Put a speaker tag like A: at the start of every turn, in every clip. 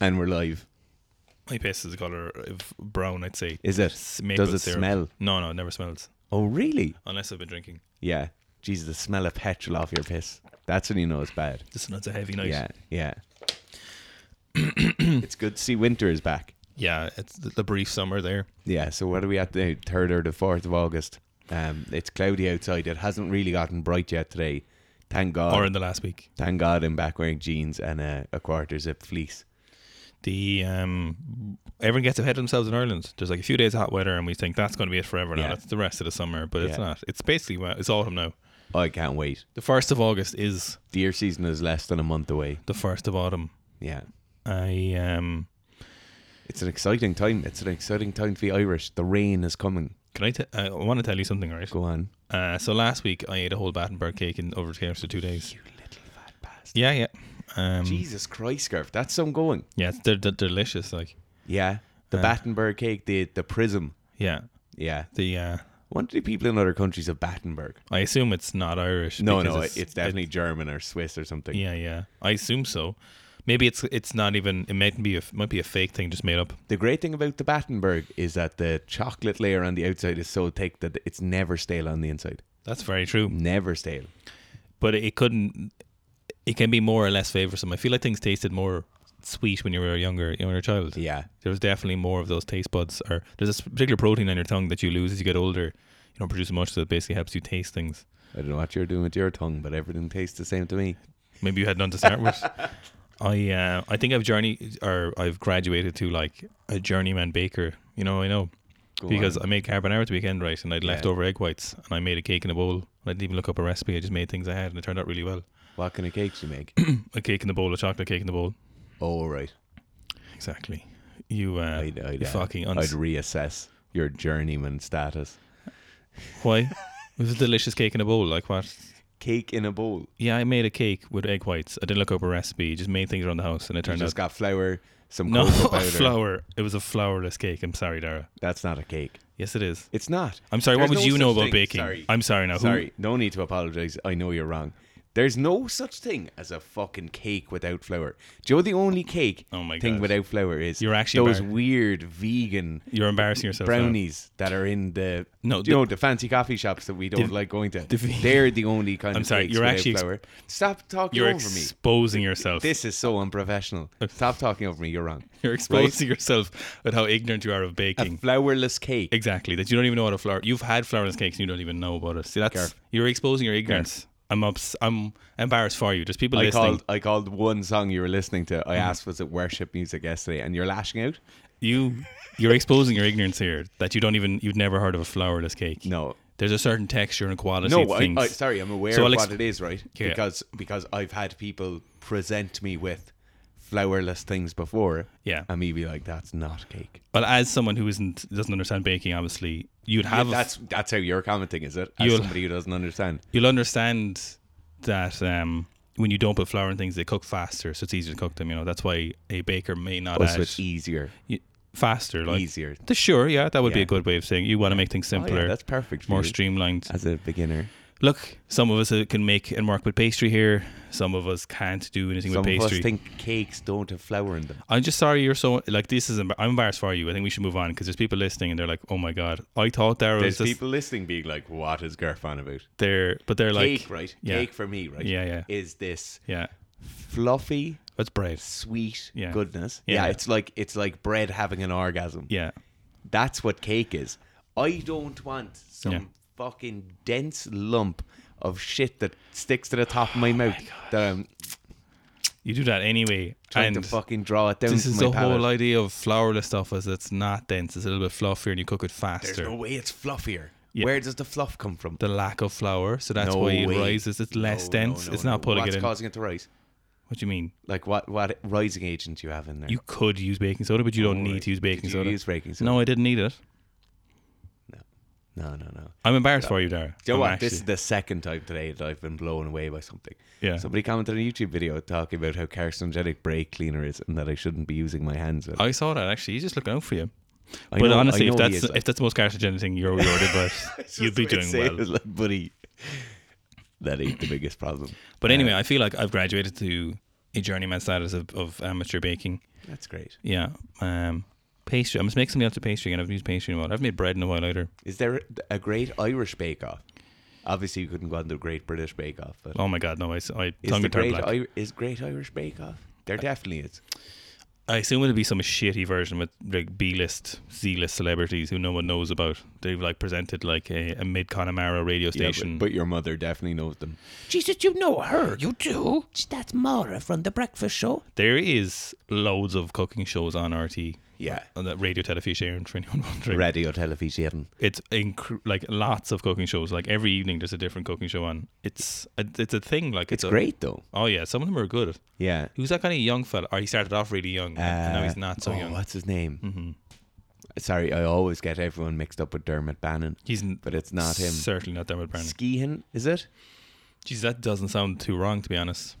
A: and we're live.
B: My piss is the colour of brown, I'd say.
A: Is it?
B: S- maple
A: Does it
B: syrup.
A: smell?
B: No, no, it never smells.
A: Oh, really?
B: Unless I've been drinking.
A: Yeah. Jesus, the smell of petrol off your piss. That's when you know it's bad.
B: This is not a heavy night.
A: Yeah, yeah. it's good to see winter is back.
B: Yeah, it's the, the brief summer there.
A: Yeah, so what are we at the 3rd or the 4th of August? Um, it's cloudy outside. It hasn't really gotten bright yet today. Thank God.
B: Or in the last week.
A: Thank God I'm back wearing jeans and a, a quarter zip fleece.
B: The um everyone gets ahead of themselves in Ireland. There's like a few days of hot weather and we think that's gonna be it forever now.
A: Yeah.
B: That's the rest of the summer, but it's
A: Yeah.
B: not. It's basically well, it's autumn now.
A: I can't wait.
B: The first of August is
A: The ear season is less than a month away.
B: the first of autumn.
A: Yeah.
B: I um
A: It's an exciting time. It's an exciting time for the Irish. The rain is coming.
B: can I? t- I want to tell you something, right?
A: Go on.
B: Uh, so last week I ate a whole Battenberg cake in over the course of two days.
A: You little fat bastard.
B: Yeah, yeah. Um,
A: Jesus Christ, Garf. That's some going.
B: Yeah, it's- they're, they're delicious. Like,
A: Yeah. The
B: Uh.
A: Battenberg cake, the, the prism.
B: yeah,
A: Yeah.
B: the uh,
A: What do people in other countries have Battenberg?
B: I assume it's not Irish.
A: No,
B: because
A: no, it's, definitely German or Swiss or something.
B: it- yeah, yeah. I assume so. Maybe it's it's not even. It might be a, might be a fake thing just made up.
A: The great thing about the Battenberg is that the chocolate layer on the outside is so thick that it's never stale on the inside.
B: That's very true.
A: Never stale.
B: But it couldn't. It can be more or less favorsome. I feel like things tasted more sweet when you were younger, when you were a child.
A: Yeah.
B: There was definitely more of those taste buds. Or there's a particular protein in your tongue that you lose as you get older. You don't produce much, so it basically helps you taste things.
A: I don't know what you're doing with your tongue, but everything tastes the same to me.
B: Maybe you had none to start with. I uh, I think I've journey or I've graduated to like a journeyman baker. You know I know
A: Go
B: because
A: on.
B: I made carbonara at the weekend, right? And I'd
A: Yeah.
B: leftover egg whites and I made a cake in a bowl. And I didn't even look up a recipe. I just made things I had and it turned out really well.
A: what kind of cakes you make?
B: A cake in the bowl, a chocolate cake in the bowl.
A: oh, right.
B: Exactly. You uh,
A: I'd, I'd,
B: you
A: uh,
B: fucking
A: I'd
B: uns-
A: reassess your journeyman status.
B: why? It was a delicious cake in a bowl. Like what?
A: Cake in a bowl.
B: Yeah, I made a cake with egg whites. I didn't look up a recipe. Just made things around the house and it
A: You
B: turned
A: just
B: out
A: got flour, some
B: no
A: cocoa
B: a
A: powder.
B: flour. It was a flourless cake. I'm sorry, Dara.
A: That's not a cake.
B: Yes, it is.
A: It's not.
B: I'm sorry. what
A: There's
B: would
A: no
B: you know
A: such
B: about
A: thing.
B: baking?
A: Sorry.
B: I'm sorry now. Who-
A: Sorry, no need to apologize. I know you're wrong. There's no such thing as a fucking cake without flour. Do you know the only cake
B: Oh my
A: thing
B: God.
A: without flour is?
B: You're actually
A: those
B: embar-
A: weird vegan
B: You're embarrassing yourself. now.
A: brownies that are in the
B: No,
A: you
B: the-
A: know the fancy coffee shops that we don't like going to.
B: the ve-
A: They're the only kind
B: I'm
A: of
B: sorry,
A: cakes
B: you're
A: without
B: actually ex-
A: flour. Stop talking
B: You're
A: over me.
B: exposing yourself.
A: This is so unprofessional. Stop talking over me. You're wrong.
B: You're
A: right?
B: exposing yourself at how ignorant you are of
A: a
B: baking.
A: flourless cake.
B: exactly. That you don't even know what a flour. You've had flourless cakes and you don't even know about it. See, that's
A: Garf.
B: you're exposing your ignorance. I'm ups, I'm embarrassed for you. There's people
A: I
B: listening. Mm-hmm.
A: called. I called one song you were listening to. I asked, was it worship music yesterday? And you're lashing out.
B: You you're exposing your ignorance here. That you don't even you've never heard of a flourless cake.
A: No,
B: There's a certain texture and quality.
A: no.
B: of
A: I,
B: things.
A: I, sorry, I'm aware
B: So
A: of
B: I'll
A: what
B: ex-
A: it is, right?
B: Yeah.
A: Because because I've had people present me with flourless things before.
B: Yeah.
A: and me be like, that's not cake.
B: Well, as someone who isn't doesn't understand baking, obviously you'd have a-
A: that's that's how you're commenting, is it? As
B: You'll-
A: somebody who doesn't understand.
B: you'll understand that um, when you don't put flour in things, they cook faster, so it's easier to cook them. You know that's why a baker may not
A: Also,
B: add
A: Oh, it's e- easier,
B: y- faster, like
A: easier.
B: The, sure, yeah, that would be
A: Yeah.
B: a good way of saying you want to make things
A: Oh,
B: simpler,
A: yeah, that's Uh, perfect. For
B: more
A: you
B: streamlined.
A: as a beginner.
B: Look, some of us uh, can make and work with pastry here. Some of us can't do anything
A: Some
B: with
A: of us
B: pastry.
A: think cakes don't have flour in them.
B: I'm just sorry you're so like this is. Embar- I'm embarrassed for you. I think we should move on because there's people listening and they're like, "Oh my god, I thought there was
A: There's
B: this
A: people listening being like, "What is Garf on about?"
B: there," but they're like,
A: cake, right?
B: yeah.
A: Cake for me, right?
B: Yeah, yeah.
A: Is this
B: "Yeah,
A: fluffy,
B: that's bread."
A: sweet
B: Yeah.
A: goodness?
B: Yeah,
A: Yeah,
B: yeah.
A: it's like it's like bread having an orgasm.
B: Yeah,
A: That's what cake is. I don't want some
B: Yeah.
A: fucking dense lump of shit that sticks to the top of
B: Oh
A: my mouth that I'm
B: you do that anyway.
A: trying
B: and
A: to fucking draw it down.
B: this
A: to
B: is
A: my
B: the whole
A: palate.
B: idea of flourless stuff is it's not dense. It's a little bit fluffier and you cook it
A: There's
B: faster.
A: no way it's fluffier.
B: Yeah.
A: Where does the fluff come from?
B: the lack of flour, so that's
A: No
B: why it
A: way.
B: rises. It's less
A: No,
B: dense.
A: no,
B: it's
A: no.
B: not putting
A: What's
B: it in.
A: causing it to rise?
B: what do you mean?
A: Like what? What rising agent do you have in there?
B: You could use baking soda, but you don't need
A: right.
B: to use baking
A: Did you
B: soda.
A: use baking soda?
B: No, I didn't need it.
A: No. no, no, no.
B: I'm embarrassed for you, Dara.
A: Do you know
B: I'm
A: what? This is
B: actually-
A: the second time today that I've been blown away by something.
B: Yeah.
A: Somebody commented on a YouTube video talking about how carcinogenic brake cleaner is and that I shouldn't be using my hands. With. it.
B: I saw that actually. He's just looking out for you.
A: I
B: but
A: know- I
B: honestly,
A: know
B: if
A: he
B: that's
A: is, like-
B: if that's the most carcinogenic thing you're ordered, but
A: It's just
B: you'd be
A: the way
B: doing
A: to say it.
B: well.
A: It's like, buddy, that ain't the biggest problem.
B: But anyway, I feel like I've graduated to a journeyman status of, of amateur baking.
A: That's great.
B: Yeah. Um, pastry. I must make something else with pastry again. I've used pastry in a while. I've made bread in a while either.
A: Is there a great Irish Bake Off? Obviously, you couldn't go on the Great British Bake Off, but
B: Oh my god, no! I, s- I
A: is
B: tongue
A: the
B: would turn
A: great
B: black.
A: Ir- is Great Irish Bake Off? There
B: Uh,
A: definitely is.
B: I assume it'll be some shitty version with like B list, Z list celebrities who no one knows about. They've like presented like a, a mid Connemara radio
A: Yeah, but-
B: station.
A: but your mother definitely knows them.
C: Jesus, you know her. You do? That's Mara from The Breakfast Show.
B: there is loads of cooking shows on RT
A: Yeah.
B: on that radio television for anyone wondering.
A: Radio Television.
B: It's inc- like lots of cooking shows. Like every evening, there's a different cooking show on. It's a, it's a thing. Like
A: It's
B: a-
A: great though.
B: Oh yeah, some of them are good.
A: Yeah.
B: Who's that kind of young fella? Or he started off really young, and now he's not so
A: Uh, oh,
B: young. Mm-hmm.
A: What's his name? Sorry, I always get everyone mixed up with Dermot Bannon,
B: He's n-
A: but it's not him.
B: Certainly not Dermot Brennan.
A: Skehan, is it?
B: Jeez, that doesn't sound too wrong, to be honest.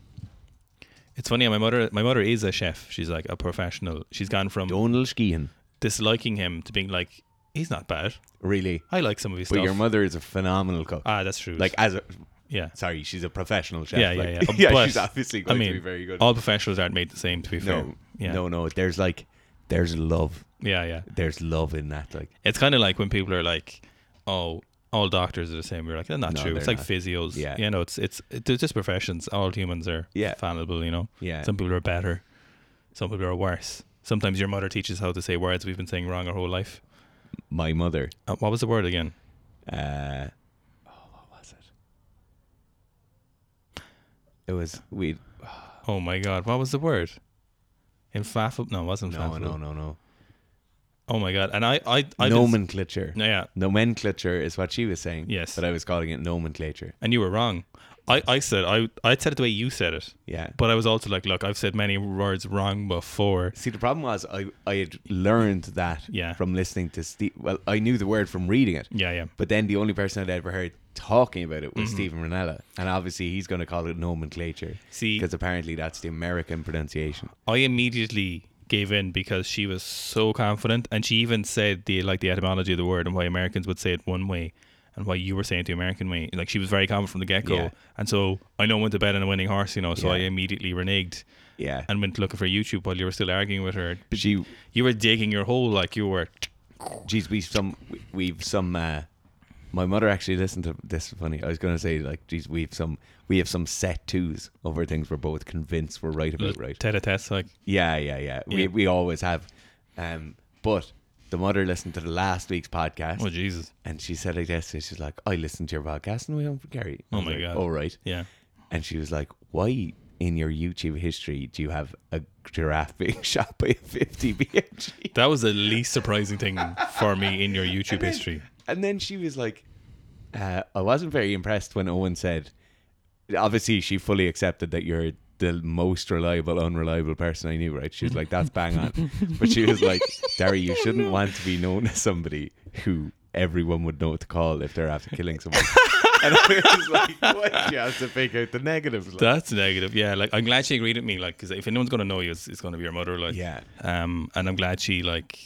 B: It's funny. My mother, my mother is a chef. She's like a professional. She's gone from
A: Donal Skehan.
B: disliking him to being like, he's not bad.
A: Really?
B: I like some of his
A: But
B: stuff.
A: your mother is a phenomenal cook.
B: ah, that's true.
A: like as a
B: yeah,
A: sorry, she's a professional chef.
B: yeah,
A: like,
B: yeah, yeah.
A: she's
B: But,
A: obviously
B: I
A: going
B: mean,
A: to be very good.
B: all professionals aren't made the same. To be fair,
A: no,
B: yeah,
A: no, no. There's like, there's love.
B: yeah, yeah.
A: There's love in that. Like,
B: It's kind of like when people are like, "Oh, all doctors are the same." We're like, "That's not
A: No,
B: true." It's
A: they're
B: like
A: not.
B: physios.
A: Yeah.
B: you know, it's it's they're just professions. All humans are
A: Yeah.
B: fallible. You know,
A: Yeah.
B: Some people are better. Some people are worse. Sometimes your mother teaches how to say words we've been saying wrong our whole life.
A: my mother.
B: Uh, what was the word again?
A: Uh, oh, what was it? It was we.
B: Oh my god, what was the word? Inflaffable? No, it wasn't
A: No,
B: inflaffable.
A: no, no, no.
B: Oh my god, and I, I, I
A: Nomenclature.
B: No, yeah,
A: Nomenclature is what she was saying.
B: Yes.
A: But I was calling it nomenclature.
B: and you were wrong. I, I said I, I said it the way you said it,
A: Yeah.
B: but I was also like, look, I've said many words wrong before.
A: See, the problem was I, I had learned that
B: Yeah.
A: from listening to Steve. Well, I knew the word from reading it.
B: Yeah, yeah.
A: But then the only person I'd ever heard talking about it was
B: Mm-hmm.
A: Stephen Ranella. And obviously he's going to call it nomenclature.
B: See-
A: Because apparently that's the American pronunciation.
B: I immediately gave in because she was so confident, and she even said the like the etymology of the word and why Americans would say it one way, and why you were saying it the American way. Like she was very confident from the get go,
A: Yeah.
B: and so I know I went to bed on a winning horse, you know. So
A: Yeah.
B: I immediately reneged
A: Yeah.
B: and went looking for YouTube while you were still arguing with her.
A: But she,
B: You were digging your hole like you were.
A: geez, we've some, we- we've some, uh, my mother actually listened to this. is Funny, I was going to say like, geez, we've some, we have some set twos over things we're both convinced we're right about, right?
B: Tete a tete, like
A: Yeah, yeah, yeah. We
B: Yeah.
A: we always have. Um, but the mother listened to the last week's podcast,
B: oh Jesus,
A: and she said, "I guess she's like, I listened to your podcast, and we don't carry."
B: Oh my God.
A: All right,
B: yeah.
A: and she was like, "Why in your YouTube history do you have a giraffe being shot by a fifty E?" BMG?"
B: That was the least surprising thing for me in your YouTube history.
A: And then she was like, uh, "I wasn't very impressed when Owen said." Obviously, she fully accepted that you're the most reliable, unreliable person I knew. Right? She was like, "That's bang on," but she was like, "Derry, you shouldn't want to be known as somebody who everyone would know what to call if they're after killing someone." and I was like, "Why do you have to pick out the negatives?" Like,
B: That's negative. Yeah, like I'm glad she agreed with me. Like, 'cause if anyone's gonna know you, it's, it's gonna be your mother. Like,
A: Yeah.
B: Um, and I'm glad she like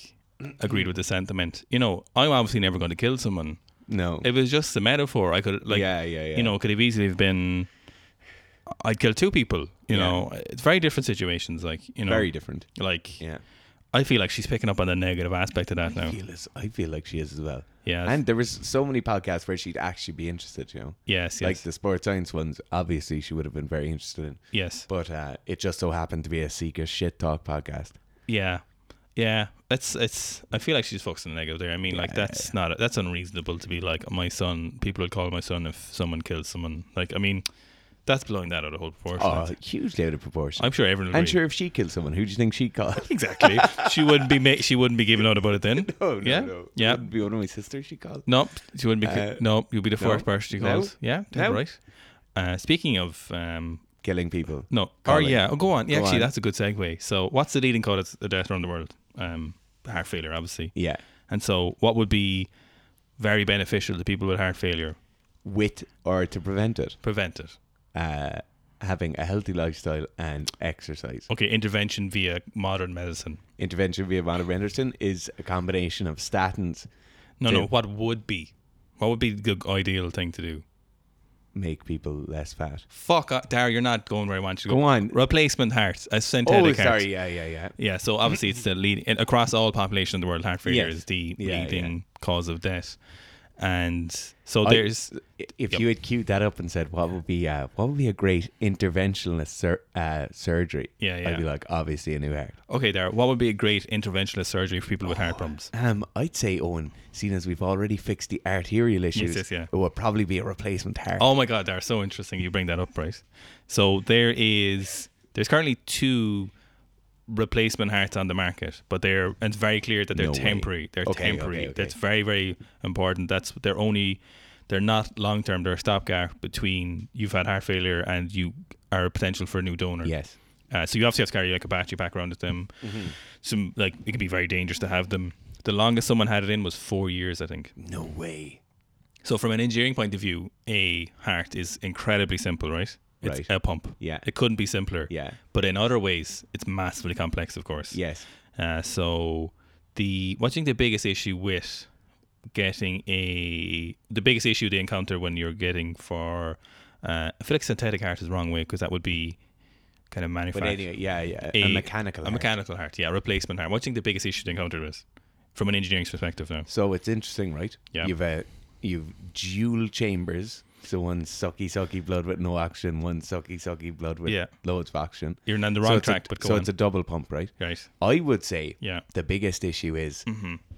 B: agreed with the sentiment. You know, I'm obviously never going to kill someone.
A: no.
B: It was just a metaphor. I could like,
A: Yeah, yeah, yeah.
B: You know, could have easily have been. I'd kill two people.
A: Yeah.
B: You know, it's very different situations. Like, you know,
A: Very different.
B: like.
A: Yeah.
B: I feel like she's picking up on the negative aspect of that now.
A: I feel, as, I feel like she is as well.
B: Yes.
A: And there was so many podcasts where she'd actually be interested, you know.
B: Yes, yes,
A: Like the sports science ones, obviously she would have been very interested in.
B: yes.
A: But uh, it just so happened to be a Seeker shit talk podcast.
B: Yeah, yeah. It's it's. I feel like she's focusing on the negative there. I mean, like that's not that's unreasonable to be like my son. People would call my son if someone kills someone. Like I mean, that's blowing that out of whole proportion.
A: Oh, hugely out of proportion.
B: I'm sure everyone. Will
A: and
B: agree.
A: sure, if she killed someone, who do you think she'd call?
B: exactly. she wouldn't be ma- she wouldn't be giving out about it then.
A: Oh, no,
B: yeah,
A: no.
B: yeah.
A: Wouldn't be one of my sisters she called.
B: Nope, she wouldn't be. ki-
A: Uh,
B: no, you'll be the first
A: no,
B: person she
A: no,
B: calls. yeah, dead
A: no.
B: right. Uh, speaking of um,
A: Killing people.
B: no, or
A: Colin.
B: yeah, oh, go on. Yeah,
A: Go
B: actually,
A: on.
B: that's a good segue. So, what's the leading cause of the death around the world? Um, heart failure, obviously.
A: Yeah.
B: And so, what would be very beneficial to people with heart failure?
A: With or to prevent it,
B: Prevent it.
A: uh, having a healthy lifestyle and exercise.
B: Okay, intervention via modern medicine.
A: Intervention via Monitor Henderson is a combination of statins,
B: No, no.
A: Yeah.
B: What would be? What would be the ideal thing to do?
A: make people less fat.
B: Fuck, uh, Dar, you're not going where I want you to go.
A: Go on.
B: Replacement heart, a
A: Oh,
B: synthetic heart.
A: sorry. Yeah, yeah, yeah.
B: Yeah, so obviously it's the leading and across all population of the world. Heart failure
A: Yes.
B: is the
A: Yeah,
B: leading cause of death, and so
A: I-
B: there's
A: If
B: Yep.
A: you had queued that up and said, "What would be uh, what would be a great interventionalist sur- uh, surgery?"
B: Yeah, yeah.
A: I'd be like, obviously a new heart.
B: okay. There, what would be a great interventionist surgery for people with heart problems?
A: Um, I'd say Owen, seeing as we've already fixed the arterial issues,
B: yes, yeah.
A: it would probably be a replacement heart.
B: Oh my god, they're so interesting. You bring that up, Bryce. So there is there's currently two replacement hearts on the market, but they're and it's very clear that they're
A: No way.
B: temporary. They're
A: Okay,
B: temporary.
A: okay, okay.
B: That's very very important. That's they're only they're not long term. They're a stopgap between you've had heart failure and you are a potential for a new donor.
A: Yes. Mm-hmm.
B: Uh, so you obviously have to carry like a battery pack around with them. Some like it can be very dangerous to have them. The longest someone had it in was four years, I think.
A: No way.
B: So from an engineering point of view, a heart is incredibly simple, right? It's
A: Right.
B: a pump.
A: Yeah.
B: It couldn't be simpler.
A: Yeah.
B: But in other ways, it's massively complex, of course.
A: Yes.
B: Uh, so the what do you think the biggest issue with getting a the biggest issue they encounter when you're getting for uh, I feel like synthetic heart is the wrong way because that would be kind of
A: But
B: manufactured.
A: anyway, yeah, yeah. A,
B: A-
A: mechanical
B: A
A: heart.
B: mechanical heart, yeah, replacement heart. What do you think the biggest issue they encounter is from an engineering perspective now?
A: So it's interesting, right?
B: Yeah.
A: You've uh, you've dual chambers. So one sucky sucky blood with no oxygen, one sucky sucky blood with
B: Yeah.
A: loads of oxygen.
B: You're on the
A: so
B: wrong
A: it's a-
B: track, but go
A: so
B: on.
A: it's a double pump, right?
B: right.
A: I would say
B: Yeah. Mm-hmm.
A: the biggest issue is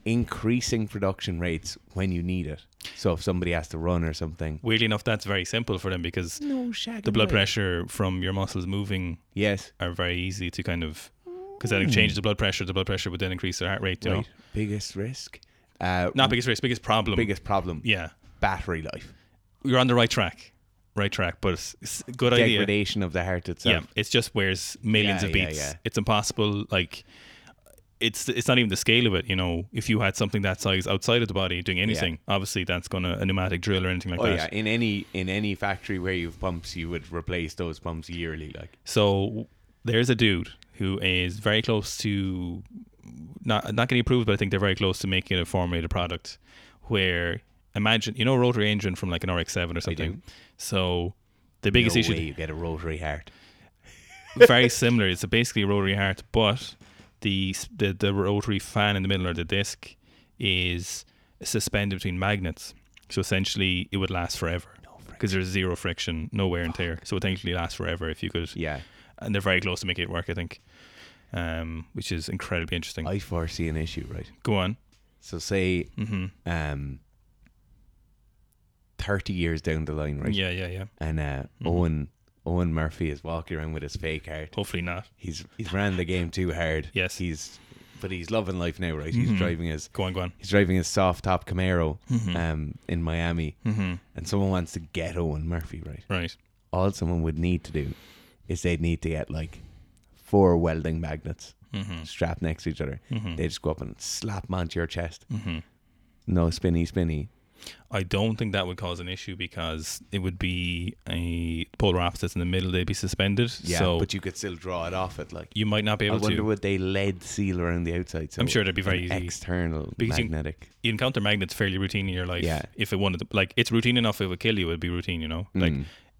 A: increasing production rates when you need it. So if somebody has to run or something,
B: weirdly enough, that's very simple for them because
A: no shag.
B: the blood pressure from your muscles moving
A: Yes.
B: are very easy to kind of because then it changes the blood pressure. The blood pressure would then increase their heart rate. You know?
A: Mm. Right. Biggest risk. Uh,
B: Not biggest risk, biggest problem.
A: biggest problem.
B: Yeah,
A: Battery life.
B: you're on the right track, right track. But it's, it's a good idea.
A: Degradation of the heart itself.
B: Yeah, it's just where's millions
A: Yeah,
B: of
A: yeah,
B: beats.
A: yeah.
B: It's impossible. Like. It's, it's not even the scale of it, you know. If you had something that size outside of the body doing anything, obviously that's gonna a pneumatic drill or anything like
A: Oh
B: that.
A: yeah, in any in any factory where you've pumps, you would replace those pumps yearly. Like
B: So there's a dude who is very close to not not getting approved, but I think they're very close to making a formulated product where imagine you know a rotary engine from like an RX seven or something. So the biggest
A: no
B: issue
A: way you get a rotary heart.
B: very similar. It's basically a rotary heart, but the, the the rotary fan in the middle or the disc is suspended between magnets. So essentially, it would last forever because there's zero friction, no wear and tear. So it technically lasts forever if you could.
A: Yeah,
B: and they're very close to making it work. I think, um, which is incredibly interesting.
A: I foresee an issue, right?
B: Go on.
A: So say,
B: Mm-hmm.
A: um, thirty years down the line, right?
B: Yeah, yeah, yeah.
A: And uh,
B: Mm-hmm.
A: Owen Owen Murphy is walking around with his fake heart.
B: Hopefully not.
A: He's he's ran the game too hard.
B: Yes. Mm-hmm.
A: he's but he's loving life now, right? He's driving his
B: Go on, go on.
A: he's driving his soft top Camaro
B: Mm-hmm.
A: um, in Miami, and someone wants to get Owen Murphy, right?
B: Right.
A: all someone would need to do is they'd need to get like four welding magnets
B: Mm-hmm.
A: strapped next to each other. They just go up and slap 'em onto your chest.
B: Mm-hmm.
A: No spinny, spinny.
B: I don't think that would cause an issue because it would be a polar opposites in the middle. They'd be suspended.
A: Yeah,
B: so
A: but you could still draw it off it. Like
B: you might not be
A: I
B: able
A: wonder
B: to.
A: would they lead seal around the outside. So
B: I'm sure that'd be very
A: an
B: easy.
A: External
B: Because you-
A: magnetic.
B: you encounter magnets fairly routine in your life.
A: Yeah.
B: If it wanted, to, like, it's routine enough. If it would kill you. It'd be routine. You know,
A: Mm.
B: like.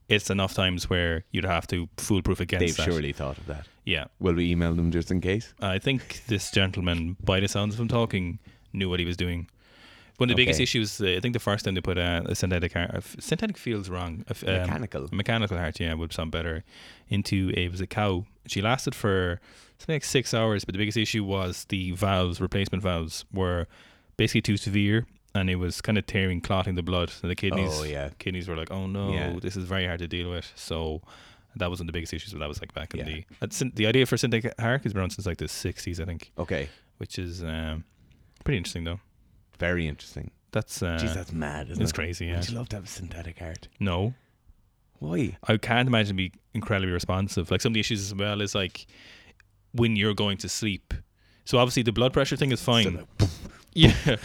B: It's enough times where you'd have to foolproof against
A: They've
B: that.
A: surely thought of that.
B: Yeah,
A: Will we email them just in case?
B: Uh, I think this gentleman, by the sounds of him talking, knew what he was doing. One of the biggest
A: Okay.
B: issues, uh, I think, the first time they put uh, a synthetic heart, uh, synthetic feels wrong. A f- um,
A: Mechanical.
B: a mechanical heart, yeah, would sound better. Into a it was a cow. She lasted for something like six hours, but the biggest issue was the valves, replacement valves, were basically too severe, and it was kind of tearing, clotting the blood. And the kidneys,
A: Oh, yeah.
B: kidneys were like, oh no,
A: Yeah.
B: this is very hard to deal with. So. That wasn't the biggest issue, but that was like back in
A: Yeah.
B: the that's- the idea for synthetic heart has been around since like the sixties, I think
A: Okay.
B: which is um, pretty interesting though.
A: Very interesting.
B: That's uh,
A: Jeez, that's mad, isn't
B: it's
A: it?
B: crazy. Yeah.
A: Would you love to have a synthetic heart?
B: No,
A: Why?
B: I can't imagine it'd be incredibly responsive. Like some of the issues as well is like when you're going to sleep. So obviously the blood pressure thing is fine.
A: like,
B: yeah.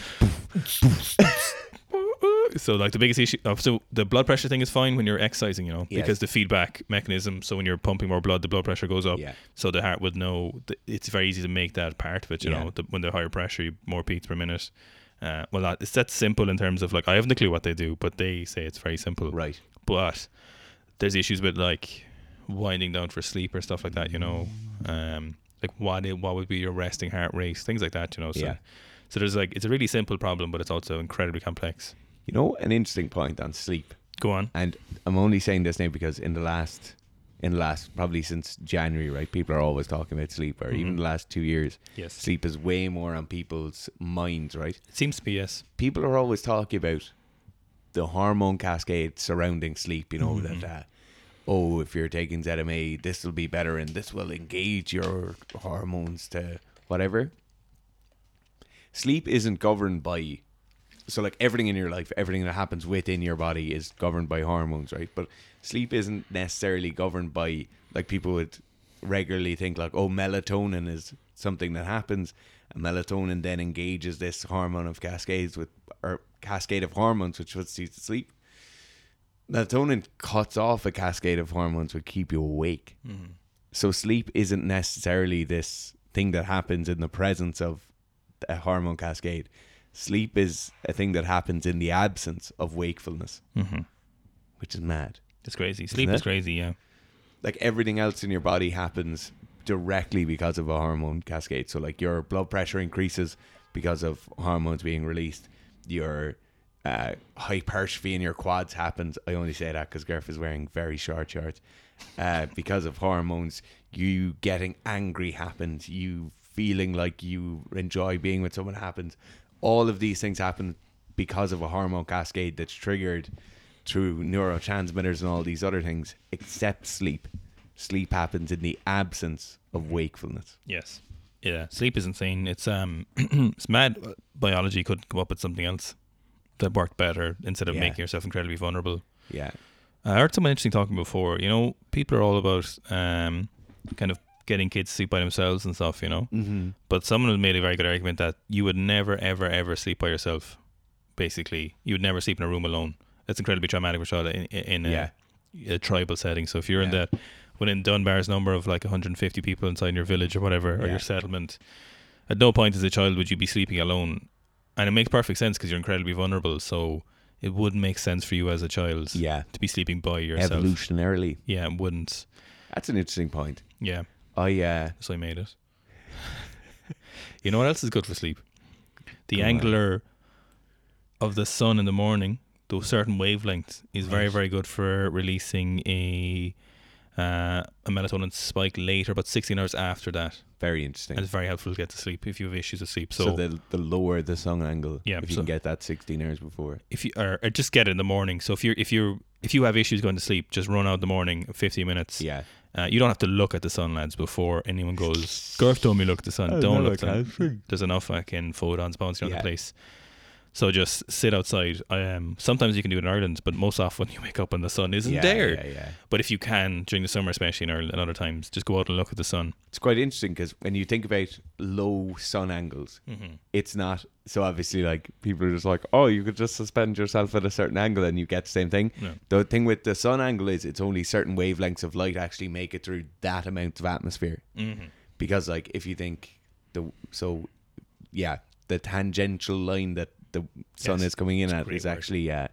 B: so like the biggest issue, oh, so the blood pressure thing is fine when you're exercising, you know,
A: Yes.
B: because the feedback mechanism. So when you're pumping more blood, the blood pressure goes up.
A: Yeah.
B: So the heart would know. th- It's very easy to make that part of it. You
A: Yeah.
B: know, the, when the higher pressure, you- more beats per minute. Uh, well, that, it's that simple in terms of like I haven't a clue what they do, but they say it's very simple.
A: Right.
B: But there's issues with like winding down for sleep or stuff like that. You know, um, like what it, what would be your resting heart rate, things like that. You know, so
A: Yeah.
B: so there's like it's a really simple problem, but it's also incredibly complex.
A: You know, an interesting point on sleep.
B: Go on.
A: and I'm only saying this now because in the last, in the last probably since January, right? People are always talking about sleep, or even the last two years.
B: Mm-hmm. Yes.
A: sleep is way more on people's minds, right?
B: It seems to be yes.
A: People are always talking about the hormone cascade surrounding sleep. You know that. Uh, Oh, if you're taking ZMA, this will be better, and this will engage your hormones to whatever. Sleep isn't governed by so like everything in your life, everything that happens within your body is governed by hormones, right? But sleep isn't necessarily governed by like people would regularly think like, oh, melatonin is something that happens, and melatonin then engages this hormone of cascades with or cascade of hormones, which puts you to sleep. Melatonin cuts off a cascade of hormones which keep you awake. So sleep isn't necessarily this thing that happens in the presence of a hormone cascade. Sleep is a thing that happens in the absence of wakefulness,
B: Mm-hmm.
A: which is mad.
B: It's crazy. Sleep
A: Isn't
B: is
A: it?
B: crazy. Yeah.
A: Like everything else in your body happens directly because of a hormone cascade. So like your blood pressure increases because of hormones being released. Your uh, hypertrophy in your quads happens. I only say that because Gerf is wearing very short shorts. Uh, because of hormones, you getting angry happens. You feeling like you enjoy being with someone happens. All of these things happen because of a hormone cascade that's triggered through neurotransmitters and all these other things, except sleep. Sleep happens in the absence of wakefulness.
B: Yes. Yeah. Sleep is insane. It's um, it's mad. Biology couldn't come up with something else that worked better instead of
A: Yeah.
B: making yourself incredibly vulnerable.
A: Yeah.
B: I heard someone interesting talking before. You know, people are all about um, kind of getting kids to sleep by themselves and stuff. You know,
A: Mm-hmm.
B: but someone has made a very good argument that you would never, ever, ever sleep by yourself. Basically, you would never sleep in a room alone. It's incredibly traumatic for a child in, in a, a tribal setting. So if you're in
A: Yeah.
B: that, within Dunbar's number of like 150 people inside your village or whatever or
A: Yeah.
B: your settlement, at no point as a child would you be sleeping alone, and it makes perfect sense because you're incredibly vulnerable. So it would make sense for you as a child
A: Yeah.
B: to be sleeping by yourself.
A: Evolutionarily.
B: Yeah, it wouldn't.
A: That's an interesting point.
B: Yeah,
A: I uh
B: so I made it. you know what else is good for sleep? The
A: Go on.
B: angular of the sun in the morning, the certain wavelength, is very, very good for releasing a uh, a melatonin spike later, but 16 hours after that.
A: very interesting.
B: And it's very helpful to get to sleep if you have issues with sleep. So,
A: So, the the lower the sun angle,
B: Yeah,
A: if you
B: so-
A: can get that sixteen hours before.
B: if you or, or just get it in the morning. So if you're if you're if you have issues going to sleep, just run out in the morning, 15 minutes.
A: Yeah.
B: Uh, you don't have to look at the sun, lads, before anyone goes, Garf told me look at the
A: Oh,
B: sun. Don't look at the sun. There's enough fucking photons bouncing around
A: Yeah.
B: the place. So just sit outside. Um, sometimes you can do it in Ireland, but most often you wake up and the sun isn't
A: yeah,
B: there.
A: Yeah, yeah.
B: But if you can, during the summer, especially in Ireland and other times, just go out and look at the sun.
A: It's quite interesting because when you think about low sun angles, it's not so obviously like people are just like, oh, you could just suspend yourself at a certain angle and you get the same thing.
B: No.
A: The thing with the sun angle is it's only certain wavelengths of light actually make it through that amount of atmosphere.
B: Mm-hmm.
A: because like if you think the so yeah the tangential line that the sun
B: Yes,
A: is coming in
B: a
A: at
B: great
A: is
B: word.
A: actually uh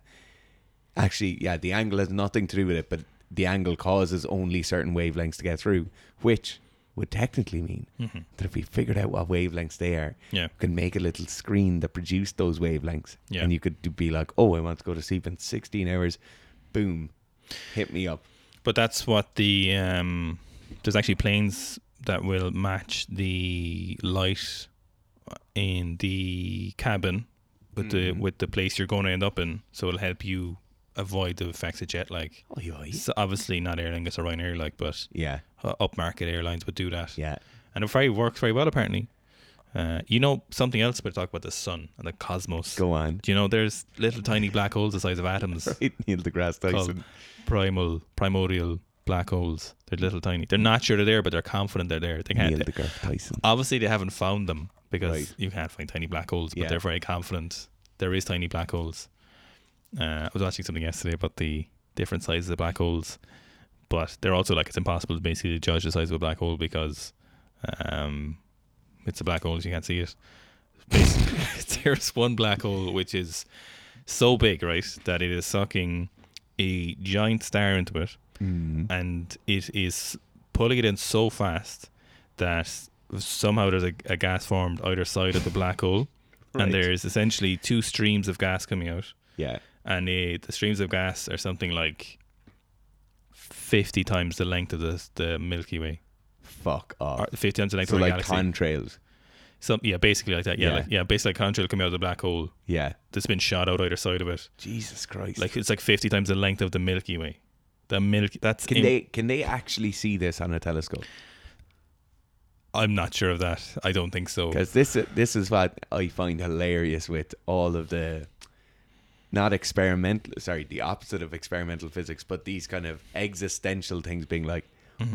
A: actually yeah the angle has nothing to do with it but the angle causes only certain wavelengths to get through which would technically mean that if we figured out what wavelengths they are
B: Mm-hmm. Yeah.
A: we can make a little screen that produced those wavelengths
B: Yeah.
A: and you could do- be like oh i want to go to sleep in 16 hours boom hit me up
B: But that's what the um, there's actually planes that will match the light in the cabin with the
A: Hmm.
B: with the place you're going to end up in, so it'll help you avoid the effects of jet lag.
A: Oi, oi.
B: So obviously not Aer Lingus or Ryanair like, but
A: yeah
B: uh, upmarket airlines would do that,
A: yeah
B: and it very works very well apparently. Uh, you know something else? But talk about the sun and the cosmos.
A: go on
B: Do you know there's little tiny black holes the size of atoms?
A: Neil deGrasse
B: called
A: Tyson.
B: primal, primordial black holes. They're little tiny. They're not sure they're there, but they're confident they're there. They can't.
A: Neil deGrasse Tyson.
B: obviously, they haven't found them because
A: Right.
B: you can't find tiny black holes, but
A: Yeah.
B: they're very confident there is tiny black holes. Uh, I was watching something yesterday about the different sizes of black holes, but they're also like it's impossible to basically judge the size of a black hole because um, it's a black hole, so you can't see it. Basically, there's one black hole which is so big, right, that it is sucking a giant star into it,
A: Mm.
B: and it is pulling it in so fast that somehow there's a, a gas formed either side of the black hole,
A: Right.
B: and there's essentially two streams of gas coming out,
A: Yeah.
B: and uh, the streams of gas are something like fifty times the length of the the Milky Way,
A: Fuck off.
B: or fifty times the length
A: so
B: of the
A: like
B: galaxy.
A: contrails.
B: Some yeah, basically like that. Yeah,
A: Yeah.
B: yeah, like, yeah basically like contrail coming out of the black hole
A: Yeah.
B: that's been shot out either side of it.
A: Jesus Christ.
B: Like it's like fifty times the length of the Milky Way. The Milky that's
A: can
B: in-
A: they can they actually see this on a telescope?
B: I'm not sure of that. I don't think so.
A: Because this this is what I find hilarious with all of the not experimental sorry the opposite of experimental physics but these kind of existential things being like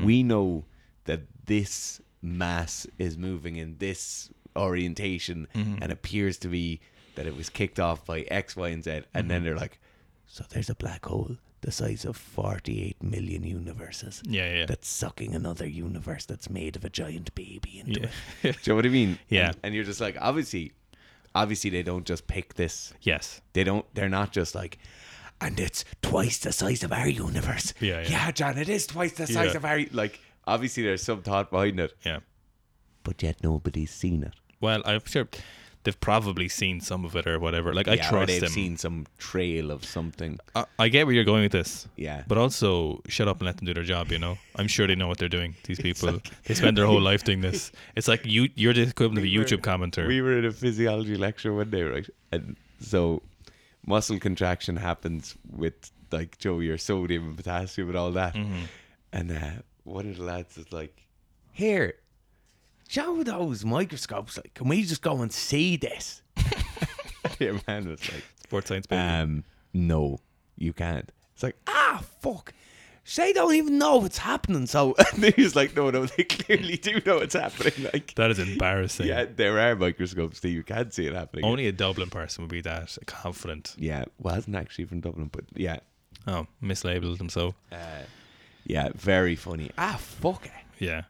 A: we know that this mass is moving in this orientation and appears to be that it was kicked off by x y and z and then they're like
C: So there's a black hole the size of 48 million universes
B: Yeah, yeah,
C: that's sucking another universe that's made of a giant baby into
B: yeah.
C: it.
B: Yeah.
A: do you know what i mean
B: Yeah.
A: and, and you're just like obviously obviously they don't just pick this
B: yes.
A: they don't they're not just like
C: And it's twice the size of our universe.
B: Yeah, yeah, yeah.
A: yeah, John, it is twice the size
B: Yeah.
A: of Harry. Like, obviously, there's some thought behind it.
C: But yet nobody's seen it.
B: Well, I'm sure they've probably seen some of it or whatever. Like I
A: yeah, or
B: trust
A: they've
B: them.
A: seen some trail of something.
B: I, I get where you're going with this.
A: Yeah.
B: But also, shut up and let them do their job. You know, I'm sure they know what they're doing. These people, they spend their whole life doing this. It's like you, you're the equivalent of a YouTube commenter.
A: We were in a physiology lecture one day, right? And so, muscle contraction happens with like Joe, your sodium and potassium and all that. And uh, one of the lads is like, "Here, show those microscopes. Like, can we just go and see this?" Your man was like,
B: Sports science, baby.
A: "Um, no, you can't." It's like,
C: Ah, fuck. They don't even know what's happening. So
A: And he was like, no, no, they clearly do know what's happening. Like,
B: that is embarrassing.
A: yeah, there are microscopes that you can see it happening.
B: Only a Dublin person would be that confident.
A: yeah, wasn't actually from Dublin, but yeah,
B: Oh, mislabeled himself.
A: yeah, very funny.
C: ah, fuck it.
B: Yeah.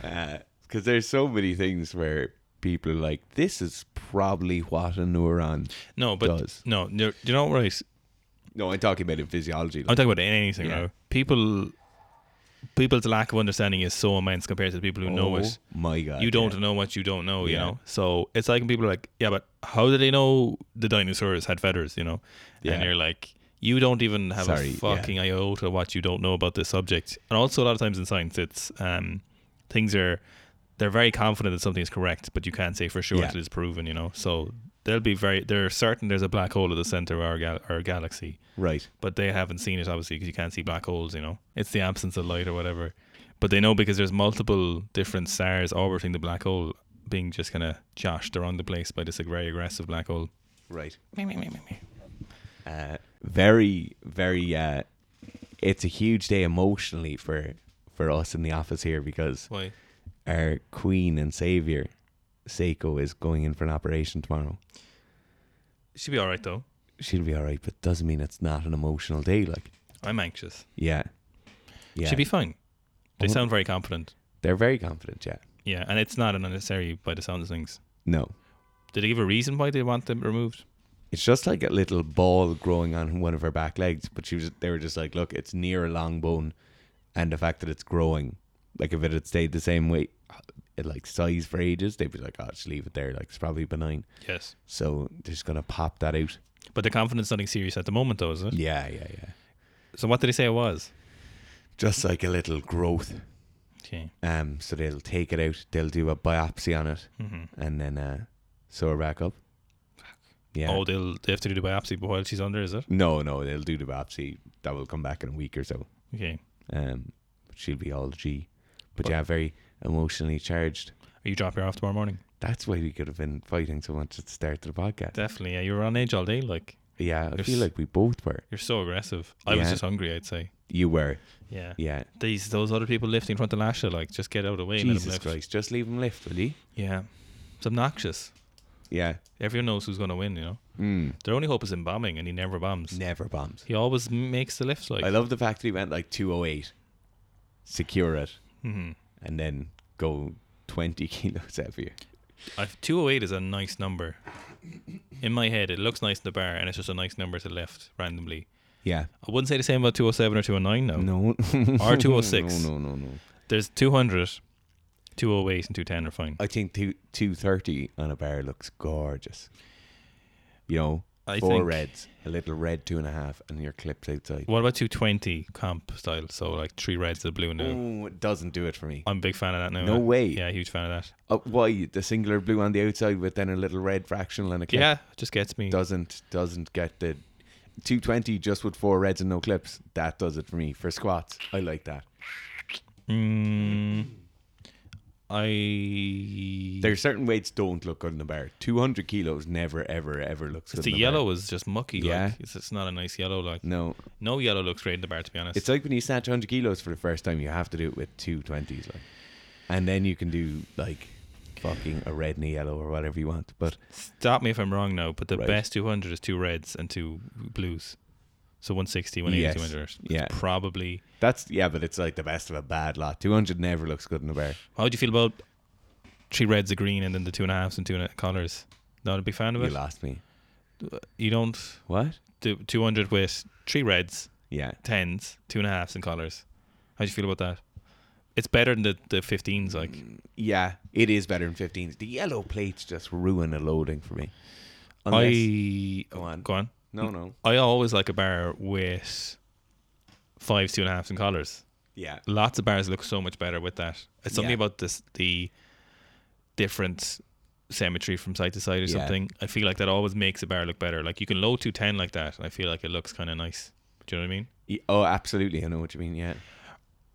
A: Because Uh, there's so many things where people are like, this is probably what a neuron.
B: No, but
A: Does.
B: no, no, you know right.
A: No, I'm talking about in physiology.
B: I'm
A: Like,
B: talking about anything
A: Yeah.
B: now. People, people's lack of understanding is so immense compared to the people who know
A: oh
B: it.
A: my god,
B: You don't
A: yeah.
B: know what you don't know, you
A: Yeah.
B: know. So it's like when people are like, "Yeah, but how do they know the dinosaurs had feathers?" You know,
A: Yeah.
B: and you're like, "You don't even have
A: Sorry,
B: a
A: yeah.
B: fucking iota what you don't know about this subject." And also, a lot of times in science, it's um, things are they're very confident that something is correct, but you can't say for sure
A: Yeah.
B: until it's proven. You know, so they'll be very they're certain there's a black hole at the center of our, gal- our galaxy
A: right?
B: but they haven't seen it obviously because you can't see black holes you know it's the absence of light or whatever but they know because there's multiple different stars orbiting the black hole being just kind of joshed around the place by this like, very aggressive black hole
A: Right.
B: Me, me, me, me, me.
A: uh, very very uh, it's a huge day emotionally for for us in the office here because
B: why
A: our queen and savior Seiko is going in for an operation tomorrow.
B: she'll be all right though
A: She'll be all right, but doesn't mean it's not an emotional day. Like,
B: i'm anxious
A: yeah, yeah,
B: she'll be fine they
A: Oh.
B: sound very confident
A: they're very confident. Yeah,
B: yeah and it's not unnecessary by the sound of things
A: no,
B: did they give a reason why they want them removed
A: it's just like a little ball growing on one of her back legs. But she was, they were just like, look, it's near a long bone, and the fact that it's growing, like if it had stayed the same way, uh, it like size for ages, they'd be like, oh, just leave it there. Like it's probably benign.
B: yes
A: So they're just gonna pop that out.
B: but the confidence nothing serious at the moment though is it
A: Yeah, yeah, yeah.
B: so what did they say it was
A: Just like a little growth.
B: okay
A: Um, so they'll take it out. They'll do a biopsy on it,
B: mm-hmm.
A: and then uh, sew her back up. Yeah.
B: oh they'll they have to do the biopsy but while she's under is it
A: no, no, they'll do the biopsy. That will come back in a week or so.
B: okay
A: Um, but she'll be all G. But yeah, very emotionally charged.
B: Or you drop her off tomorrow morning
A: That's why we could have been fighting so much at the start of the podcast.
B: Definitely, yeah. You were on edge all day. Like
A: Yeah, I
B: There's-
A: feel like we both were.
B: you're so aggressive. I was
A: Yeah.
B: just hungry. I'd say.
A: You were.
B: Yeah.
A: Yeah.
B: These those other people lifting in front of Lasha, like just get out of the way. and let 'em
A: Jesus
B: lift.
A: Christ, just leave him lift, will you?
B: Yeah. It's obnoxious.
A: Yeah.
B: Everyone knows who's gonna win. You know.
A: Mm.
B: Their only hope is in bombing, and he never bombs.
A: Never bombs.
B: He always makes the lift. Like
A: I love the fact that he went like 208, secure it,
B: Mhm.
A: and then go 20 kilos heavier.
B: I've- 208 is a nice number. In my head, it looks nice in the bar, and it's just a nice number to lift randomly.
A: Yeah.
B: I wouldn't say the same about 207 or 209 now.
A: No.
B: Or 206.
A: No, no, no, no.
B: There's 200, 208, and 210 are fine.
A: I think two two thirty on a bar looks gorgeous. You know,
B: I
A: four
B: think-
A: reds, a little red two and a half, and your clipped outside.
B: What about 220 comp style? So like three reds, a blue, and a-
A: Oh, it doesn't do it for me.
B: I'm a big fan of that now.
A: No
B: uh,
A: way.
B: Yeah, huge fan of that.
A: Uh, why the singular blue on the outside with then a little red fractional and a clip
B: Yeah, it just gets me.
A: doesn't doesn't get the two twenty just with four reds and no clips. That does it for me for squats. I like that.
B: Mm, I.
A: There are certain weights don't look good in the bar. Two hundred kilos never ever ever looks good.
B: the
A: in the
B: yellow
A: Bar.
B: is just mucky.
A: Yeah.
B: Like, it's, it's not a nice yellow. Like
A: No,
B: no yellow looks great in the bar, to be honest.
A: It's like when you snatch 100 kilos for the first time, you have to do it with two 20s. Like. And then you can do like fucking a red and a yellow or whatever you want. But
B: Stop me if I'm wrong now, but the
A: Right.
B: best 200 is two reds and two blues. So 160, 180,
A: Yes.
B: 200. It's
A: Yeah.
B: Probably.
A: that's, yeah, but it's like the best of a bad lot. 200 never looks good in a bear.
B: How would you feel about three reds, a green, and then the two and a halves and two and a colors? Not a big fan of
A: You
B: it.
A: lost me.
B: You don't
A: What?
B: do 200 with three reds,
A: Yeah.
B: tens, two and a halves, and colors. How do you feel about that? It's better than the, the 15s, like.
A: Mm, Yeah, it is better than 15s. The yellow plates just ruin a loading for me. Unless-
B: I
A: Go on.
B: go on.
A: no, no.
B: I always like a bar with fives, two and a halves, and collars.
A: Yeah.
B: Lots of bars look so much better with that. It's something
A: Yeah.
B: about this the different symmetry from side to side or
A: Yeah.
B: something. I feel like that always makes a bar look better. Like you can low two ten like that, and I feel like it looks kind of nice. Do you know what I mean?
A: Y- Oh, absolutely. I know what you mean. Yeah.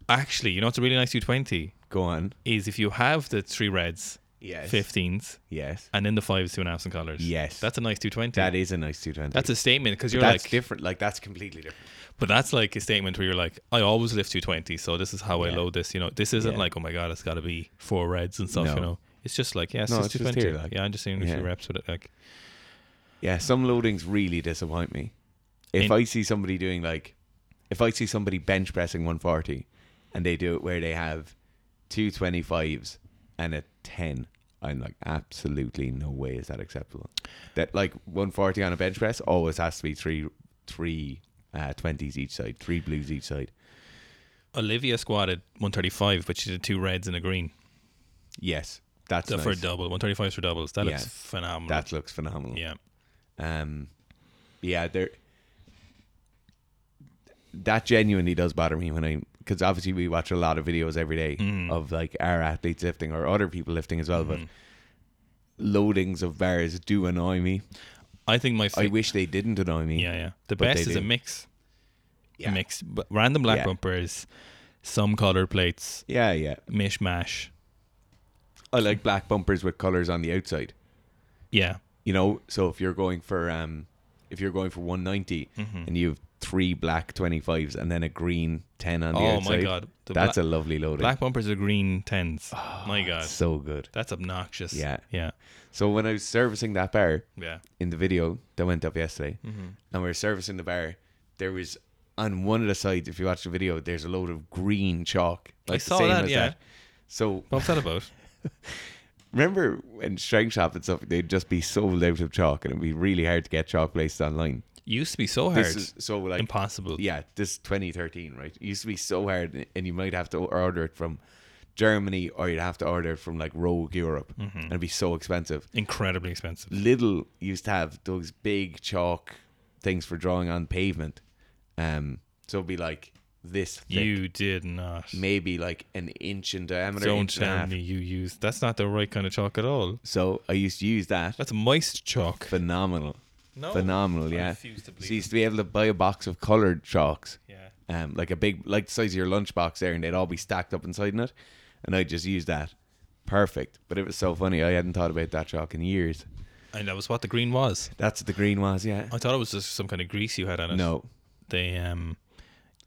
B: Actually, you know what's a really nice two twenty
A: Go on.
B: is if you have the three reds,
A: Yes.
B: fifteens,
A: Yes.
B: and then the fives, two and a halves, and collars.
A: Yes.
B: that's a nice two twenty.
A: That is a nice 220.
B: That's a statement because you're
A: that's
B: like
A: different. Like, that's completely different.
B: But that's like a statement where you're like, I always lift 220, so this is how I
A: Yeah.
B: load this. You know, this isn't
A: Yeah.
B: like, oh my god, it's got to be four reds and stuff.
A: No.
B: You know, it's just like, yeah, it's
A: No,
B: just
A: it's just
B: 220.
A: here, like-
B: yeah, I'm just seeing a
A: Yeah.
B: few reps with it. Like,
A: Yeah, some loadings really disappoint me. If
B: In-
A: I see somebody doing like, if I see somebody bench pressing 140 and they do it where they have two 25s and a 10, I'm like, absolutely no way is that acceptable. That like 140 on a bench press always has to be three, three uh, 20s each side, three blues each side.
B: Olivia squatted 135, but she did two reds and a green
A: Yes, that's
B: So
A: nice.
B: for double. 135s for doubles. That looks
A: Yeah.
B: phenomenal.
A: that looks phenomenal.
B: yeah.
A: Um, yeah, there. That genuinely does bother me when I, because obviously we watch a lot of videos every day
B: Mm.
A: of like our athletes lifting or other people lifting as well, but
B: Mm-hmm.
A: loadings of bars do annoy me.
B: I think my
A: I
B: fa-
A: wish they didn't annoy me.
B: yeah yeah the
A: but
B: best
A: they
B: is a
A: do.
B: mix.
A: Yeah.
B: Mix but random black
A: Yeah.
B: bumpers, some colored plates,
A: yeah, yeah.
B: mishmash.
A: I like black bumpers with colors on the outside.
B: Yeah.
A: You know, so if you're going for um, if you're going for 190
B: Mm-hmm.
A: and you have three black 25s and then a green 10 on the
B: Oh
A: outside,
B: my god. The
A: that's
B: bla-
A: a lovely loading.
B: black bumpers are green tens. my god.
A: so good.
B: That's obnoxious.
A: Oh, Yeah.
B: Yeah.
A: So when I was servicing that bar
B: Yeah.
A: in the video that went up yesterday,
B: Mm-hmm.
A: and we were servicing the bar, there was on one of the sides, if you watch the video, there's a load of green chalk.
B: I
A: the
B: saw that, yeah.
A: So
B: What's that about?
A: remember when Strength Shop and stuff, they'd just be sold out of chalk, and it'd be really hard to get chalk placed online.
B: Used to be so hard.
A: This is so like
B: Impossible.
A: yeah, this is 2013, right? It used to be so hard, and you might have to order it from Germany, or you'd have to order it from like rogue Europe,
B: Mm-hmm.
A: and it'd be so expensive.
B: Incredibly expensive.
A: Little used to have those big chalk things for drawing on pavement. Um, so it'd be like this thick,
B: You did not.
A: maybe like an inch in diameter.
B: Don't
A: inch and a
B: tell
A: half.
B: me you used. That's not the right kind of chalk at all.
A: So I used to use that.
B: That's moist chalk.
A: phenomenal.
B: No,
A: phenomenal,
B: I
A: yeah.
B: refuse to believe
A: so you
B: it.
A: used to be able to buy a box of colored chalks.
B: Yeah.
A: um, like a big, like the size of your lunchbox there, and they'd all be stacked up inside in it. And I just used that. Perfect. But it was so funny. I hadn't thought about that chalk in years.
B: And that was what the green was.
A: That's what the green was, yeah.
B: I thought it was just some kind of grease you had on it.
A: No.
B: They um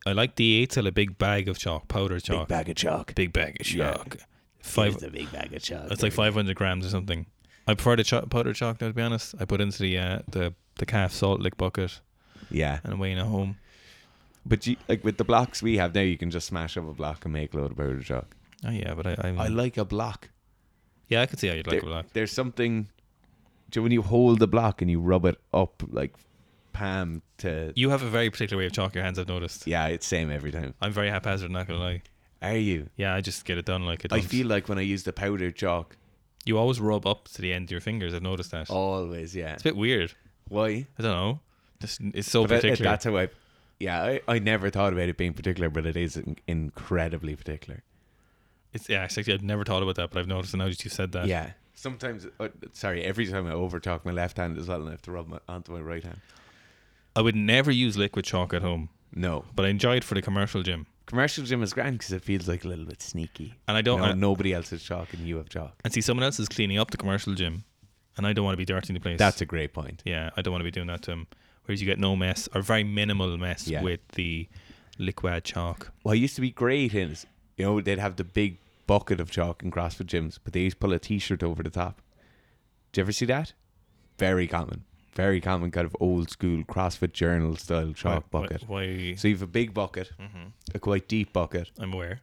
B: I like the eight till a big bag of chalk, powder chalk.
C: Bag of chalk.
B: Big bag of
A: Yeah.
B: chalk. Five
C: It's a big bag of chalk.
B: it's like five hundred grams or something. I prefer the cho- powder chalk now to be honest. I put into the uh, the, the calf salt lick bucket
A: Yeah.
B: and weighing at home.
A: But you, like with the blocks we have now, you can just smash up a block and make a load of powder chalk.
B: Oh yeah, but I, I,
C: Mm.
A: I like a block.
B: yeah, I could see how you'd like
A: There-
B: a black.
A: There's something. Do you know when you hold the block and you rub it up like ham to.
B: You have a very particular way of chalking your hands. I've noticed.
A: Yeah, it's same every time.
B: I'm very haphazard. Not gonna lie.
A: Are you?
B: Yeah, I just get it done like it.
A: I feel like when I use the powdered chalk,
B: you always rub up to the end of your fingers. I've noticed
A: Oh.
B: that.
A: always, yeah.
B: It's a bit weird.
A: Why?
B: I don't know. Just, it's so
A: But it-
B: particular.
A: that's how I. Yeah, I, I never thought about it being particular, but it is in- incredibly particular.
B: it's yeah. Actually, I've never thought about that, but I've noticed now that you said that.
A: Yeah. Sometimes, uh, sorry, every time I over chalk my left hand as well, and I have to rub my, onto my right hand.
B: I would never use liquid chalk at home,
A: No,
B: but I enjoy it for the commercial gym.
A: commercial gym is grand because it feels like a little bit sneaky.
B: And I
A: No,
B: don't. and-
A: nobody else has chalk, and you have chalk.
B: and see someone else is cleaning up the commercial gym, and I don't want to be dirtying the place.
A: That's a great point.
B: yeah, I don't want to be doing that to him. Whereas you get no mess or very minimal mess
A: Yeah.
B: with the liquid chalk.
A: What used to be great is, you know, they'd have the big bucket of chalk in CrossFit gyms, but they used to pull a T-shirt over the top. Did you ever see that? Very common, very common kind of old school CrossFit journal style chalk
B: Why-
A: bucket.
B: Why?
A: So you have a big bucket, a quite deep bucket.
B: I'm aware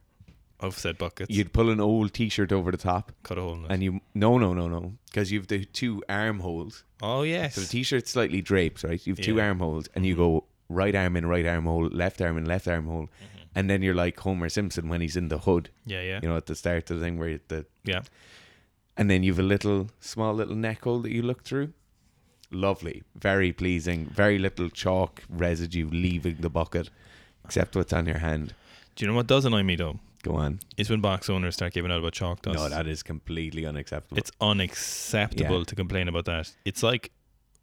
B: of said buckets.
A: You'd pull an old T-shirt over the top,
B: cut a hole in it.
A: and you no no no no because you've the two armholes.
B: oh yes.
A: So the t-shirt slightly drapes, right? You have two
B: Yeah.
A: armholes, and you go right arm in right armhole, left arm in left armhole, and then you're like Homer Simpson when he's in the hood,
B: yeah, yeah,
A: you know, at the start of the thing where you- the,
B: yeah.
A: and then you've a little small little neck hole that you look through. Lovely, very pleasing, very little chalk residue leaving the bucket, except what's on your hand.
B: Do you know what does annoy me though?
A: Go on.
B: Is when box owners start giving out about chalk dust.
A: No, that is completely unacceptable.
B: It's unacceptable
A: Yeah.
B: to complain about that. It's like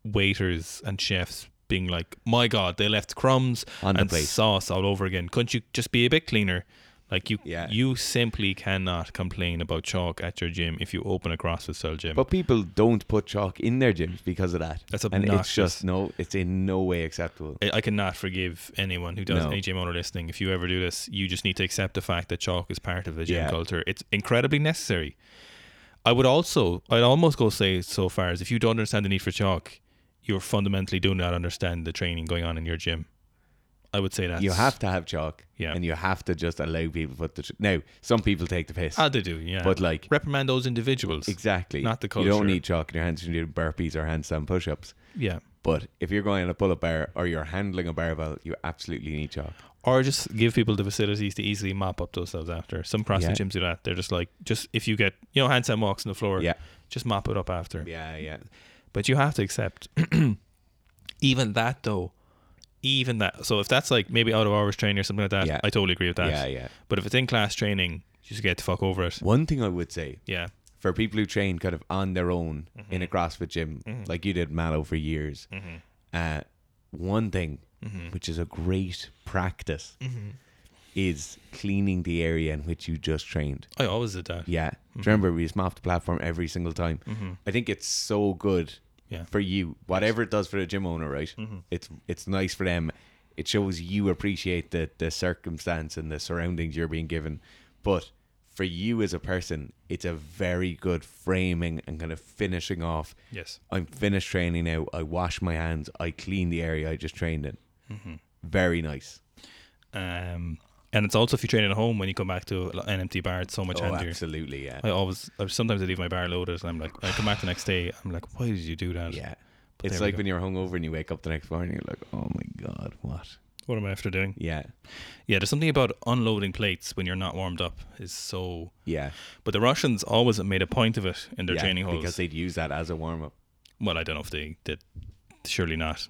B: waiters and chefs being like, "My God, they left crumbs
A: On the
B: and
A: plate."
B: sauce all over again. Couldn't you just be a bit cleaner?" Like you,
A: Yeah.
B: you simply cannot complain about chalk at your gym if you open a CrossFit cell gym.
A: but people don't put chalk in their gyms because of that.
B: That's
A: And it's
B: obnoxious.
A: just no, it's in no way acceptable.
B: I I cannot forgive anyone who does
A: No.
B: any gym owner listening. If you ever do this, you just need to accept the fact that chalk is part of the gym
A: Yeah.
B: culture. It's incredibly necessary. I would also, I'd almost go say so far as if you don't understand the need for chalk, you're fundamentally do not understand the training going on in your gym. I would say that
A: you have to have chalk,
B: Yeah.
A: and you have to just allow people to put the. Tr- now, some people take the piss,
B: Ah, they do, yeah.
A: but like
B: reprimand those individuals.
A: exactly,
B: not the
A: You
B: culture.
A: don't need chalk in your hands. You do burpees or handstand push-ups.
B: yeah,
A: But if you're going on a pull-up bar or you're handling a barbell, you absolutely need chalk.
B: or just give people the facilities to easily mop up themselves after. Some CrossFit
A: Yeah.
B: gyms do that. They're just like, just if you get you know handstand walks on the floor,
A: Yeah.
B: just mop it up after.
A: Yeah, yeah.
B: But you have to accept even that though. Even that. So if that's like maybe out of hours training or something like that,
A: Yeah.
B: I totally agree with that.
A: Yeah, yeah.
B: But if it's in class training, you just get to fuck over it.
A: One thing I would say
B: Yeah.
A: for people who train kind of on their own in a CrossFit gym, like you did, Mallow, for years, uh, one thing which is a great practice is cleaning the area in which you just trained.
B: I always did that.
A: Yeah. Do you remember we just mop the platform every single time? I think it's so good
B: Yeah.
A: for you. Whatever it does for the gym owner, right? It's it's nice for them. It shows you appreciate the the circumstance and the surroundings you're being given. But for you as a person, it's a very good framing and kind of finishing off.
B: Yes.
A: I'm finished training now. I wash my hands. I clean the area I just trained in. Very nice.
B: Um and it's also if you train at home when you come back to an empty bar, it's so much
A: Oh,
B: handier.
A: absolutely, yeah,
B: I always, I, sometimes I leave my bar loaded, and I'm like, I come back the next day, I'm like, why did you do that?
A: yeah.
B: But
A: it's
B: there we
A: like
B: go.
A: when you're hungover and you wake up the next morning. You're like, oh my god, what?
B: What am I after doing?
A: Yeah,
B: Yeah, there's something about unloading plates when you're not warmed up is so.
A: yeah.
B: But the Russians always made a point of it in their
A: yeah,
B: training halls.
A: because they'd use that as a warm up.
B: Well, I don't know if they did. Surely not.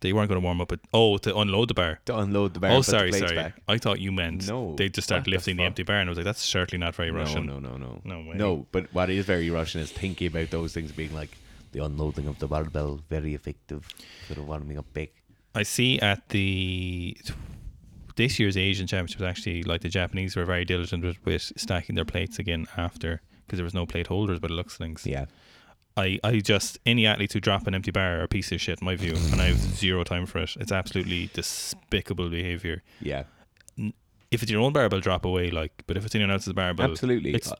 B: They weren't going to warm up. At, oh, to unload the bar.
A: to unload the bar.
B: oh,
A: and put the
B: sorry,
A: plates
B: sorry.
A: back.
B: I thought you meant
A: No,
B: they just started
A: what the
B: lifting the,
A: fuck?
B: empty bar, and I was like, that's certainly not very Russian.
A: No, no, no, no,
B: No way.
A: No, but what is very Russian is thinking about those things being like the unloading of the barbell very effective for the warming up big.
B: I see at the this year's Asian Championships actually, like the Japanese were very diligent with, with stacking their plates again after because there was no plate holders, but it looks things.
A: Yeah,
B: I, I just any athlete who drop an empty bar are a piece of shit in my view, and I have zero time for it. It's absolutely despicable behavior.
A: yeah,
B: if it's your own barbell, drop away. Like, but if it's anyone else's barbell,
A: absolutely. Uh,
B: it's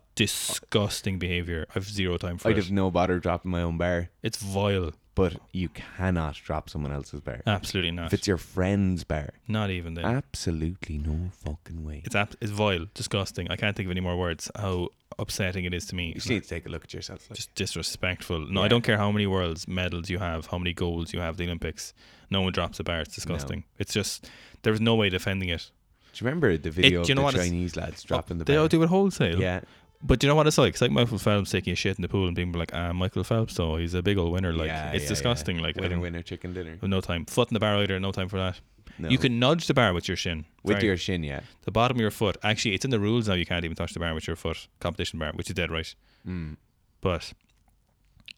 B: disgusting behavior. I've zero time for
A: I'd
B: it.
A: have no bother dropping my own bar,
B: It's vile.
A: but you cannot drop someone else's bar.
B: Absolutely
A: if
B: not.
A: it's your friend's bar,
B: not even then.
A: absolutely no fucking way.
B: It's ab- it's vile, disgusting. I can't think of any more words. How upsetting it is to me.
A: You just need to take a look at yourself. Like,
B: just disrespectful. No, I
A: Yeah.
B: don't care how many worlds medals you have, how many golds you have at the Olympics. No one drops a bar. It's disgusting. It's just there's no way defending it.
A: do you remember the video
B: do
A: of
B: you know
A: the
B: what it's- Oh,
A: Chinese lads dropping the
B: they
A: bar?
B: all do it wholesale.
A: Yeah,
B: But do you know what it's like? It's like Michael Phelps taking a shit in the pool and being like, "Ah, Michael Phelps, though he's a big old winner." Like
A: Yeah,
B: it's
A: yeah,
B: disgusting.
A: yeah.
B: Like
A: winner,
B: um,
A: winner, chicken dinner.
B: no time. Foot in the bar either. No time for that.
A: No.
B: You can nudge the bar with your shin.
A: with
B: Sorry.
A: your shin, yeah.
B: the bottom of your foot. Actually, it's in the rules now. You can't even touch the bar with your foot. Competition bar, which is dead right.
A: Hmm.
B: But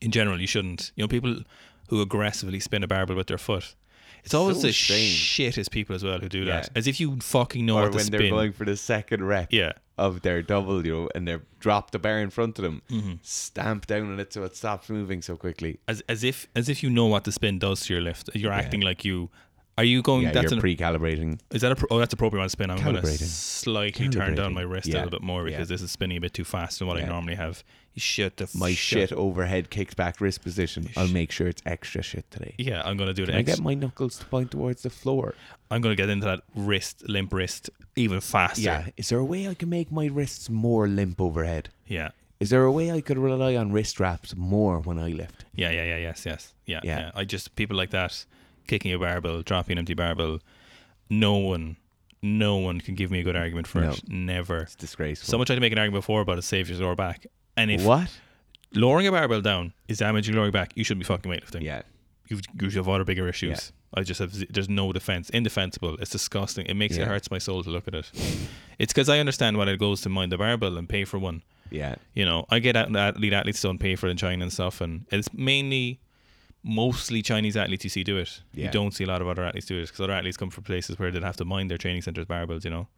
B: in general, you shouldn't. You know, people who aggressively spin a barbell with their foot. It's always
A: So
B: the
A: strange.
B: shittest people as well who do that.
A: Yeah.
B: As if you fucking know
A: Or
B: what to
A: when
B: spin.
A: they're going for the second rep
B: yeah.
A: of their double, you know, and they drop the bar in front of them,
B: Mm-hmm.
A: stamp down on it so it stops moving so quickly.
B: As as if as if you know what the spin does to your lift. You're acting like you. Are you going?
A: Yeah,
B: Mm, that's
A: you're
B: an,
A: pre-calibrating.
B: is that a pro- oh that's a proper one to spin. I'm going to
A: Calibrating.
B: slightly turn down
A: Calibrating.
B: my wrist a
A: Yeah.
B: little bit more
A: Yeah.
B: because this is spinning a bit too fast than what I
A: Yeah.
B: normally have. You shit the
A: My
B: fuck-
A: shit overhead kicks back wrist position. I'll make sure it's extra shit today.
B: Yeah, I'm going to do the
A: I
B: extra.
A: get my knuckles to point towards the floor.
B: I'm gonna get into that wrist limp wrist even faster.
A: Yeah. Is there a way I can make my wrists more limp overhead?
B: yeah,
A: Is there a way I could rely on wrist wraps more when I lift?
B: yeah, yeah, yeah, yes, yes, yeah, yeah.
A: Yeah.
B: I just people like that, kicking a barbell, dropping an empty barbell. No one, no one can give me a good argument for
A: No.
B: it. Never.
A: It's disgraceful.
B: Someone tried to make an argument before about a save your lower back, and if
A: what?
B: lowering a barbell down is damaging your lower back, you should be fucking weightlifting.
A: Yeah.
B: you you have other bigger issues. I just have z- there's no defense, indefensible. It's disgusting. It makes it
A: Yeah.
B: hurts my soul to look at it. it's because I understand what it goes to mind the barbell and pay for one.
A: Yeah.
B: you know, I get out that lead athletes don't pay for it in China and stuff, and it's mainly, mostly Chinese athletes you see do it. You
A: Yeah.
B: don't see a lot of other athletes do it because other athletes come from places where they'd have to mind their training centers barbells, you know.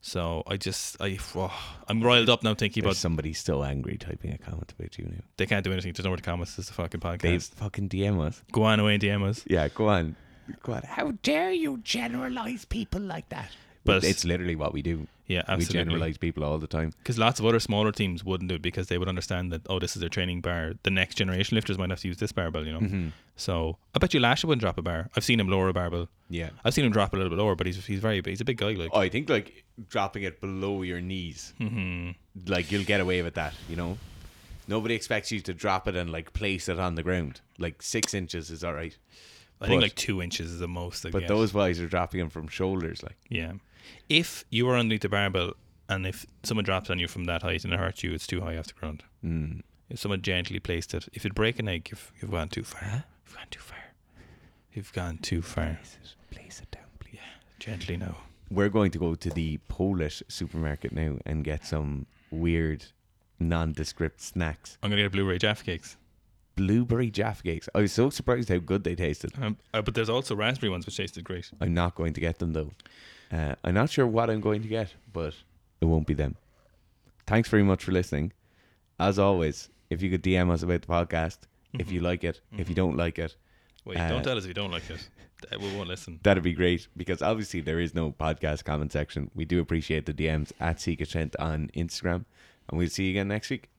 B: So I just I oh, I'm riled up now thinking
A: There's
B: about
A: somebody still angry typing a comment about you now.
B: they can't do anything. There's nowhere to comment. This is a fucking podcast.
A: They fucking DM us.
B: Go on away, DM us.
A: Yeah, go on. Go on.
C: How dare you generalize people like that?
B: But
A: it's literally what we do.
B: yeah, absolutely.
A: We generalize people all the time.
B: Because lots of other smaller teams wouldn't do it because they would understand that oh, this is their training bar. The next generation lifters might have to use this barbell, you know.
C: Mm-hmm.
B: So I bet you Lasher wouldn't drop a bar. I've seen him lower a barbell.
A: Yeah.
B: I've seen him drop a little bit lower, but he's he's very he's a big guy. Like
A: I think like dropping it below your knees, like you'll get away with that. You know, nobody expects you to drop it and like place it on the ground. Like six inches is all right,
B: I think
A: but-
B: like two inches is the most. I
A: but
B: guess.
A: those guys are dropping them from shoulders. Like
B: yeah. If you were underneath the barbell and if someone drops on you from that height and it hurts you, it's too high off the ground. Mm. If someone gently placed it, if it break an egg, you've you've gone too far. You've gone too far. You've gone too far.
C: Place it down, please.
B: Gently now.
A: we're going to go to the Polish supermarket now and get some weird, nondescript snacks.
B: I'm gonna get Blu-ray Jaffa cakes.
A: Blueberry jaffa cakes. I was so surprised how good they tasted.
B: Um, uh, but there's also raspberry ones which tasted great.
A: I'm not going to get them though. Uh, I'm not sure what I'm going to get, but it won't be them. Thanks very much for listening. As always, if you could DM us about the podcast, if you like it, if you don't like it,
B: Mm-hmm. Wait,
A: Uh,
B: don't tell us if you don't like it. Uh, We won't listen.
A: Mm. that'd be great because obviously there is no podcast comment section. We do appreciate the DMs at Seek Ascent on Instagram, and we'll see you again next week.